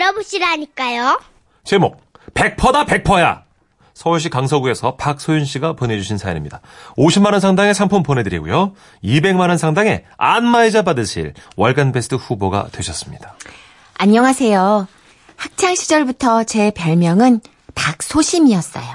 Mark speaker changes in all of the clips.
Speaker 1: 알아보시라니까요.
Speaker 2: 제목 100%다 100%야. 서울시 강서구에서 박소윤 씨가 보내주신 사연입니다. 50만 원 상당의 상품 보내드리고요. 200만 원 상당의 안마의자 받으실 월간 베스트 후보가 되셨습니다.
Speaker 3: 안녕하세요. 학창 시절부터 제 별명은 박소심이었어요.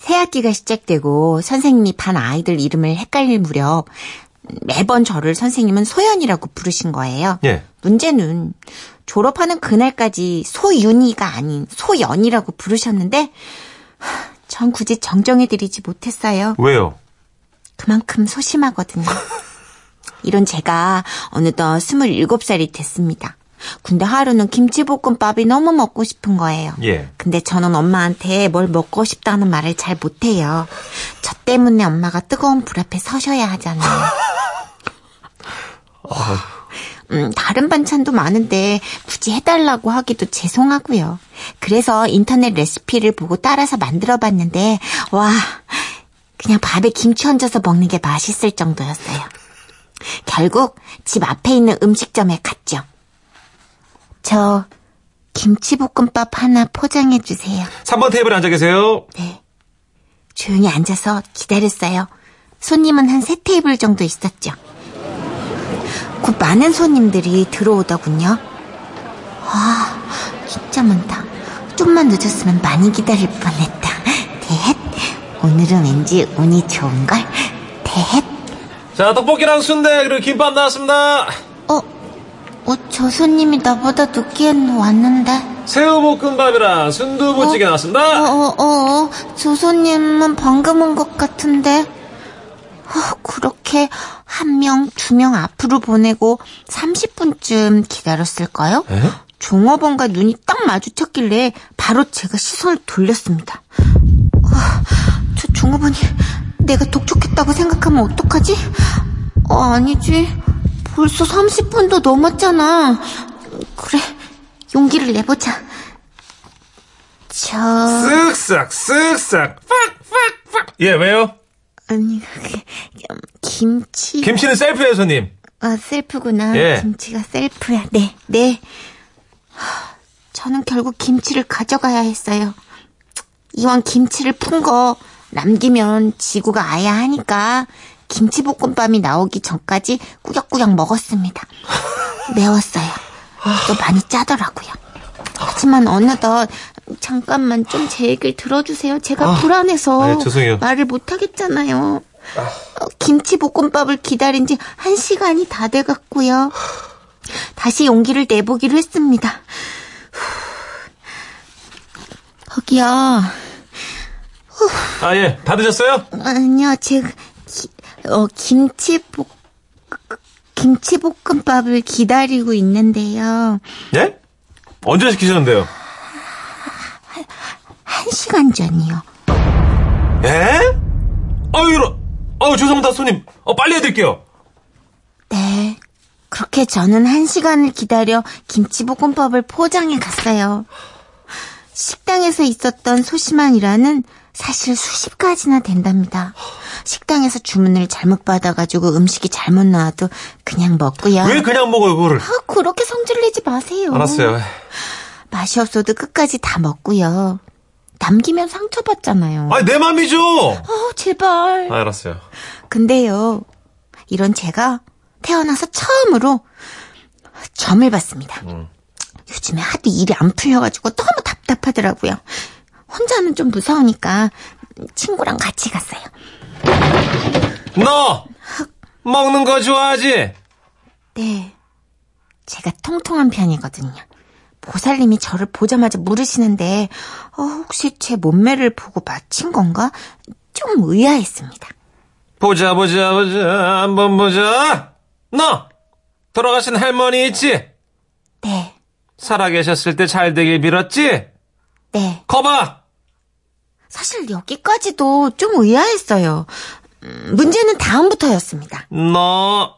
Speaker 3: 새학기가 시작되고 선생님이 반 아이들 이름을 헷갈릴 무렵 매번 저를 선생님은 소연이라고 부르신 거예요.
Speaker 2: 예.
Speaker 3: 문제는 졸업하는 그날까지 소윤이가 아닌 소연이라고 부르셨는데 하, 전 굳이 정정해드리지 못했어요.
Speaker 2: 왜요?
Speaker 3: 그만큼 소심하거든요. 이런 제가 어느덧 27살이 됐습니다. 근데 하루는 김치볶음밥이 너무 먹고 싶은 거예요.
Speaker 2: 예.
Speaker 3: 근데 저는 엄마한테 뭘 먹고 싶다는 말을 잘 못해요. 저 때문에 엄마가 뜨거운 불 앞에 서셔야 하잖아요. 음, 다른 반찬도 많은데 굳이 해달라고 하기도 죄송하고요. 그래서 인터넷 레시피를 보고 따라서 만들어봤는데 와 그냥 밥에 김치 얹어서 먹는 게 맛있을 정도였어요. 결국 집 앞에 있는 음식점에 갔죠. 저 김치볶음밥 하나 포장해 주세요.
Speaker 2: 3번 테이블에 앉아 계세요.
Speaker 3: 조용히 앉아서 기다렸어요. 손님은 한 세 테이블 정도 있었죠. 곧 많은 손님들이 들어오더군요. 아, 진짜 많다. 좀만 늦었으면 많이 기다릴 뻔했다. 대헷. 오늘은 왠지 운이 좋은걸. 대헷.
Speaker 2: 자, 떡볶이랑 순대 그리고 김밥 나왔습니다.
Speaker 3: 어, 어, 저 손님이 나보다 늦게 왔는데.
Speaker 2: 새우볶음밥이랑 순두부찌개 나왔습니다.
Speaker 3: 어어어 조소님은 방금 온 것 같은데 어, 그렇게 한 명 두 명 앞으로 보내고 30분쯤 기다렸을까요?
Speaker 2: 에?
Speaker 3: 종업원과 눈이 딱 마주쳤길래 바로 제가 시선을 돌렸습니다. 아, 저 종업원이 내가 독촉했다고 생각하면 어떡하지? 어, 아니지. 벌써 30분도 넘었잖아. 그래, 용기를 내보자. 저...
Speaker 2: 쓱싹 쓱싹 팍팍팍. 예, 왜요?
Speaker 3: 아니 그게 음, 김치
Speaker 2: 김치는 셀프예요, 손님.
Speaker 3: 아 셀프구나
Speaker 2: 예.
Speaker 3: 김치가 셀프야 네네 하, 저는 결국 김치를 가져가야 했어요 이왕 김치를 푼 거 남기면 지구가 아야 하니까 김치볶음밥이 나오기 전까지 꾸역꾸역 먹었습니다 매웠어요 또 많이 짜더라고요 하지만 어느덧 잠깐만 좀 제 얘기를 들어주세요 제가 불안해서
Speaker 2: 아, 죄송해요.
Speaker 3: 말을 못하겠잖아요. 어, 김치볶음밥을 기다린 지 한시간이다 돼갔고요. 다시 용기를 내보기로 했습니다. 후. 거기요.
Speaker 2: 아, 예. 다 드셨어요?
Speaker 3: 아니요, 제, 기, 어, 김치볶, 김치볶음밥을 기다리고 있는데요.
Speaker 2: 예? 언제 시키셨는데요?
Speaker 3: 한시간 전이요.
Speaker 2: 예? 아유, 이런. 아유, 죄송합니다, 손님. 어, 빨리 해드릴게요.
Speaker 3: 네. 그렇게 저는 한 시간을 기다려 김치볶음밥을 포장해 갔어요. 식당에서 있었던 소심한 일화는 사실 수십 가지나 된답니다. 식당에서 주문을 잘못 받아가지고 음식이 잘못 나와도 그냥 먹고요.
Speaker 2: 왜 그냥 먹어요, 그거를?
Speaker 3: 아, 그렇게 성질내지 마세요.
Speaker 2: 알았어요.
Speaker 3: 맛이 없어도 끝까지 다 먹고요. 남기면 상처받잖아요.
Speaker 2: 아니, 내 맘이죠!
Speaker 3: 아, 제발.
Speaker 2: 아, 알았어요.
Speaker 3: 근데요, 이런 제가 태어나서 처음으로 점을 봤습니다. 요즘에 하도 일이 안 풀려가지고 너무 답답하더라고요. 혼자는 좀 무서우니까 친구랑 같이 갔어요.
Speaker 2: 너! 먹는 거 좋아하지?
Speaker 3: 네. 제가 통통한 편이거든요. 보살님이 저를 보자마자 물으시는데, 어, 혹시 제 몸매를 보고 맞힌 건가? 좀 의아했습니다.
Speaker 2: 보자, 보자, 보자. 한번 보자. 너! 돌아가신 할머니 있지?
Speaker 3: 네,
Speaker 2: 살아계셨을 때 잘 되길 빌었지?
Speaker 3: 네.
Speaker 2: 거봐!
Speaker 3: 사실 여기까지도 좀 의아했어요. 음, 문제는 다음부터였습니다.
Speaker 2: 너,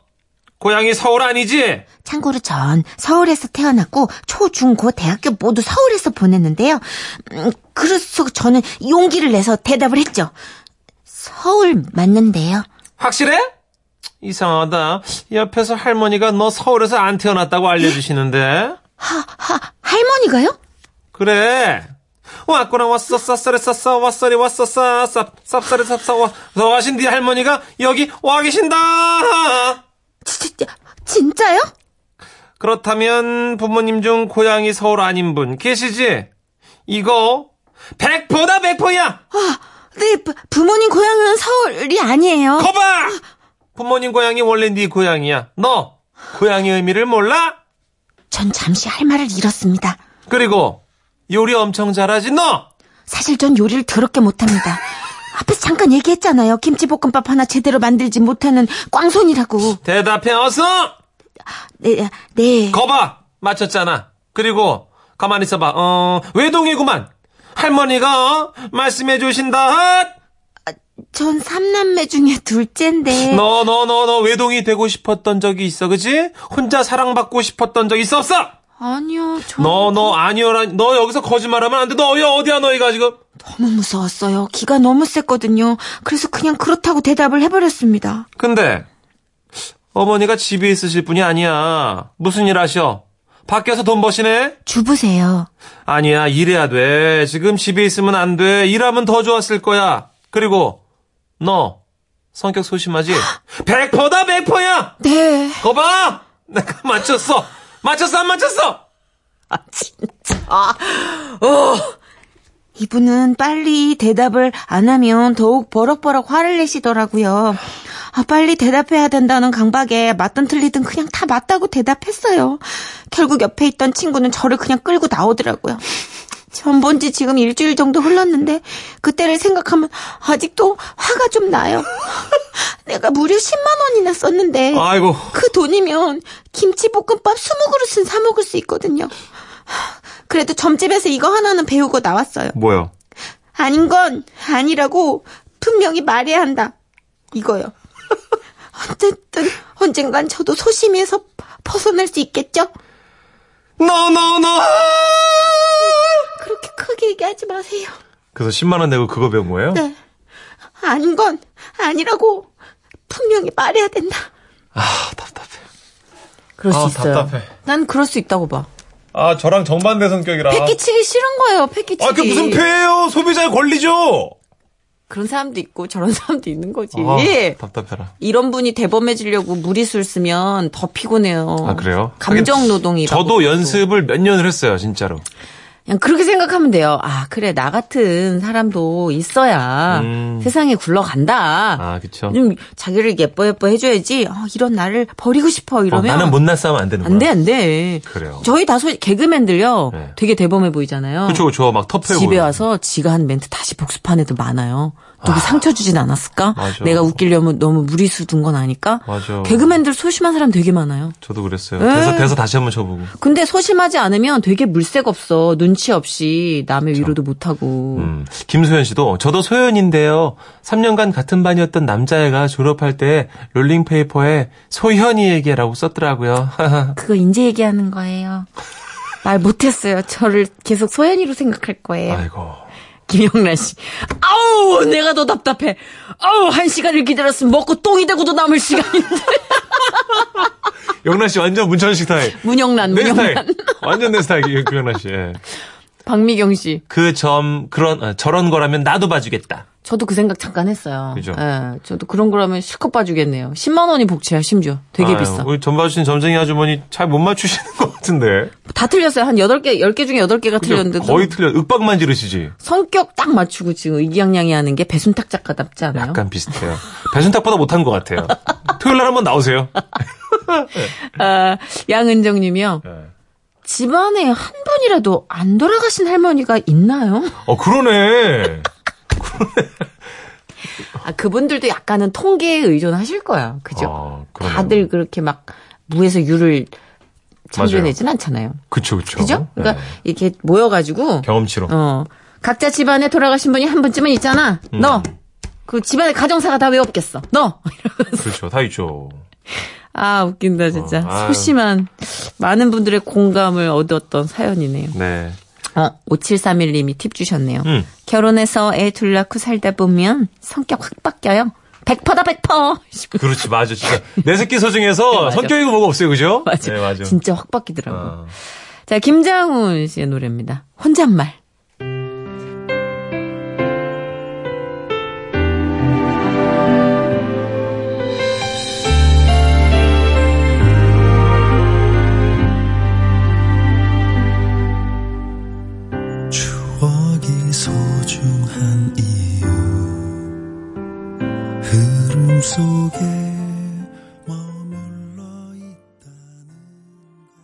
Speaker 2: 고향이 서울 아니지?
Speaker 3: 참고로 전 서울에서 태어났고 초, 중, 고, 대학교 모두 서울에서 보냈는데요. 음, 그래서 저는 용기를 내서 대답을 했죠. 서울 맞는데요.
Speaker 2: 확실해? 이상하다. 옆에서 할머니가 너 서울에서 안 태어났다고 알려주시는데.
Speaker 3: 하, 하, 할머니가요?
Speaker 2: 그래. 왔구나 왔어 쌉싸리 쌉싸 왔어리 왔어 쌉쌉 쌉싸리 쌉싸 와 와신 네 할머니가 여기 와 계신다.
Speaker 3: 진짜, 진짜요?
Speaker 2: 그렇다면 부모님 중 고향이 서울 아닌 분 계시지? 이거 백포다 백포야.
Speaker 3: 아, 네, 부- 부모님 고향은 서울이 아니에요.
Speaker 2: 거봐! 부모님 고향이 원래 네 고향이야. 너 고향의 의미를 몰라?
Speaker 3: 전 잠시 할 말을 잃었습니다.
Speaker 2: 그리고 요리 엄청 잘하지 너.
Speaker 3: 사실 전 요리를 더럽게 못합니다. 앞에서 잠깐 얘기했잖아요. 김치볶음밥 하나 제대로 만들지 못하는 꽝손이라고.
Speaker 2: 대답해 어서.
Speaker 3: 네, 네.
Speaker 2: 거봐 맞췄잖아. 그리고 가만 히 있어봐. 어 외동이구만. 할머니가 어? 말씀해 주신다.
Speaker 3: 전 삼남매 중에 둘째인데.
Speaker 2: 너 너 너 너 외동이 되고 싶었던 적이 있어 그지? 혼자 사랑받고 싶었던 적 있어 없어?
Speaker 3: 아니요, 저
Speaker 2: 너 너 아니오라 너 여기서 거짓말하면 안 돼. 너 어디- 어디야 너희가 지금?
Speaker 3: 너무 무서웠어요. 기가 너무 셌거든요. 그래서 그냥 그렇다고 대답을 해버렸습니다.
Speaker 2: 근데 어머니가 집에 있으실 분이 아니야. 무슨 일 하셔? 밖에서 돈 버시네?
Speaker 3: 주부세요.
Speaker 2: 아니야, 일해야 돼. 지금 집에 있으면 안 돼. 일하면 더 좋았을 거야. 그리고 너 성격 소심하지? 100%다, 100%야.
Speaker 3: 네.
Speaker 2: 거봐. 내가 맞췄어. 맞췄어, 안 맞췄어?
Speaker 3: 아, 진짜. 어. 이분은 빨리 대답을 안 하면 더욱 버럭버럭 화를 내시더라고요. 아, 빨리 대답해야 된다는 강박에 맞든 틀리든 그냥 다 맞다고 대답했어요. 결국 옆에 있던 친구는 저를 그냥 끌고 나오더라고요. 전 본지 지금 일주일 정도 흘렀는데 그때를 생각하면 아직도 화가 좀 나요. 내가 무려 10만 원이나 썼는데
Speaker 2: 아이고.
Speaker 3: 그 돈이면 김치볶음밥 20그릇은 사 먹을 수 있거든요. 하, 그래도 점집에서 이거 하나는 배우고 나왔어요.
Speaker 2: 뭐요?
Speaker 3: 아닌 건 아니라고 분명히 말해야 한다. 이거요. 어쨌든 언젠간 저도 소심해서 벗어날 수 있겠죠?
Speaker 2: 너, 너, 너.
Speaker 3: 그렇게 크게 얘기하지 마세요.
Speaker 2: 그래서 10만 원 내고 그거 배운 거예요?
Speaker 3: 네. 아닌 건 아니라고 분명히 말해야 된다.
Speaker 2: 아, 답답해.
Speaker 1: 그럴 수
Speaker 2: 아,
Speaker 1: 있어요.
Speaker 2: 답답해.
Speaker 1: 난 그럴 수 있다고 봐.
Speaker 2: 아, 저랑 정반대 성격이라.
Speaker 1: 패키치기 싫은 거예요, 패키치기.
Speaker 2: 아, 그 무슨 폐예요? 소비자의 권리죠.
Speaker 1: 그런 사람도 있고 저런 사람도 있는 거지. 예.
Speaker 2: 아, 답답해라.
Speaker 1: 이런 분이 대범해지려고 무리수를 쓰면 더 피곤해요.
Speaker 2: 아, 그래요?
Speaker 1: 감정 노동이.
Speaker 2: 저도 연습을 몇 년을 했어요, 진짜로.
Speaker 1: 그냥 그렇게 생각하면 돼요. 아, 그래. 나 같은 사람도 있어야
Speaker 2: 음.
Speaker 1: 세상에 굴러간다.
Speaker 2: 아, 그쵸.
Speaker 1: 좀 자기를 예뻐 예뻐 해줘야지. 아, 이런 나를 버리고 싶어.
Speaker 2: 어,
Speaker 1: 이러면.
Speaker 2: 나는 못난 싸움안 되는 거야.
Speaker 1: 안 돼, 안 돼.
Speaker 2: 그래요.
Speaker 1: 저희 다소 개그맨들요.
Speaker 2: 네.
Speaker 1: 되게 대범해 보이잖아요.
Speaker 2: 그쵸, 그쵸. 막 터프해
Speaker 1: 집에
Speaker 2: 보여.
Speaker 1: 와서 지가 한 멘트 다시 복습한 애도 많아요. 누구 상처 주진 않았을까?
Speaker 2: 맞아.
Speaker 1: 내가 웃기려면 너무 무리수 둔 건 아닐까?
Speaker 2: 맞아.
Speaker 1: 개그맨들 소심한 사람 되게 많아요.
Speaker 2: 저도 그랬어요. 대사, 대사 다시 한번 쳐보고.
Speaker 1: 근데 소심하지 않으면 되게 물색 없어. 눈치 없이 남의 위로도 못하고.
Speaker 2: 음. 김소연 씨도, 저도 소연인데요. 3년간 같은 반이었던 남자애가 졸업할 때 롤링페이퍼에 소현이에게라고 썼더라고요.
Speaker 1: 그거 인제 얘기하는 거예요. 말 못했어요. 저를 계속 소연이로 생각할 거예요.
Speaker 2: 아이고.
Speaker 1: 김영란 씨. 아우, 내가 더 답답해. 아우, 한 시간을 기다렸으면 먹고 똥이 되고도 남을 시간인데.
Speaker 2: 영란 씨 완전 문천식 스타일.
Speaker 1: 문영란,
Speaker 2: 내 스타일.
Speaker 1: 문영란.
Speaker 2: 완전 내 스타일, 이- 그 영란 씨. 예.
Speaker 1: 박미경 씨.
Speaker 2: 그 점, 그런, 어, 저런 거라면 나도 봐주겠다.
Speaker 1: 저도 그 생각 잠깐 했어요.
Speaker 2: 그죠.
Speaker 1: 예, 저도 그런 거라면 실컷 봐주겠네요. 10만 원이 복채야 심지어. 되게
Speaker 2: 아유, 그-
Speaker 1: 비싸.
Speaker 2: 우리 전 봐주신 점쟁이 아주머니 잘 못 맞추시는 것 같은데.
Speaker 1: 다 틀렸어요. 한 8개, 10개 중에 8개가 틀렸는데 도
Speaker 2: 거의 틀려. 윽박만 지르시지.
Speaker 1: 성격 딱 맞추고 지금 이기양양이 하는 게 배순탁 작가답지 않아요?
Speaker 2: 약간 비슷해요. 배순탁보다 못한 것 같아요. 토요일 날 한번 나오세요.
Speaker 1: 아, 양은정 님이요.
Speaker 2: 네.
Speaker 1: 집안에 한 분이라도 안 돌아가신 할머니가 있나요?
Speaker 2: 어, 그러네.
Speaker 1: 아, 그분들도 약간은 통계에 의존하실 거야. 그죠?
Speaker 2: 아, 그러네요.
Speaker 1: 다들 그렇게 막 무에서 유를 창조해내진 않잖아요.
Speaker 2: 그쵸, 그쵸.
Speaker 1: 그죠? 그러니까
Speaker 2: 네.
Speaker 1: 이렇게 모여가지고
Speaker 2: 경험치로.
Speaker 1: 어. 각자 집안에 돌아가신 분이 한 분쯤은 있잖아.
Speaker 2: 음.
Speaker 1: 너. 그 집안의 가정사가 다 왜 없겠어. 너.
Speaker 2: 그렇죠. 다 있죠.
Speaker 1: 아, 웃긴다, 진짜.
Speaker 2: 어, 아유.
Speaker 1: 소심한, 많은 분들의 공감을 얻었던 사연이네요.
Speaker 2: 네.
Speaker 1: 어, 5731님이 팁 주셨네요.
Speaker 2: 음.
Speaker 1: 결혼해서 애 둘 낳고 살다 보면 성격 확 바뀌어요. 100%다, 100%!
Speaker 2: 그렇지, 맞아, 진짜. 내 새끼 소중해서
Speaker 1: 네, 맞아.
Speaker 2: 성격이고 뭐가 없어요, 그죠?
Speaker 1: 맞아.
Speaker 2: 네, 맞아.
Speaker 1: 진짜 확 바뀌더라고.
Speaker 2: 아,
Speaker 3: 자, 김장훈 씨의 노래입니다. 혼잣말.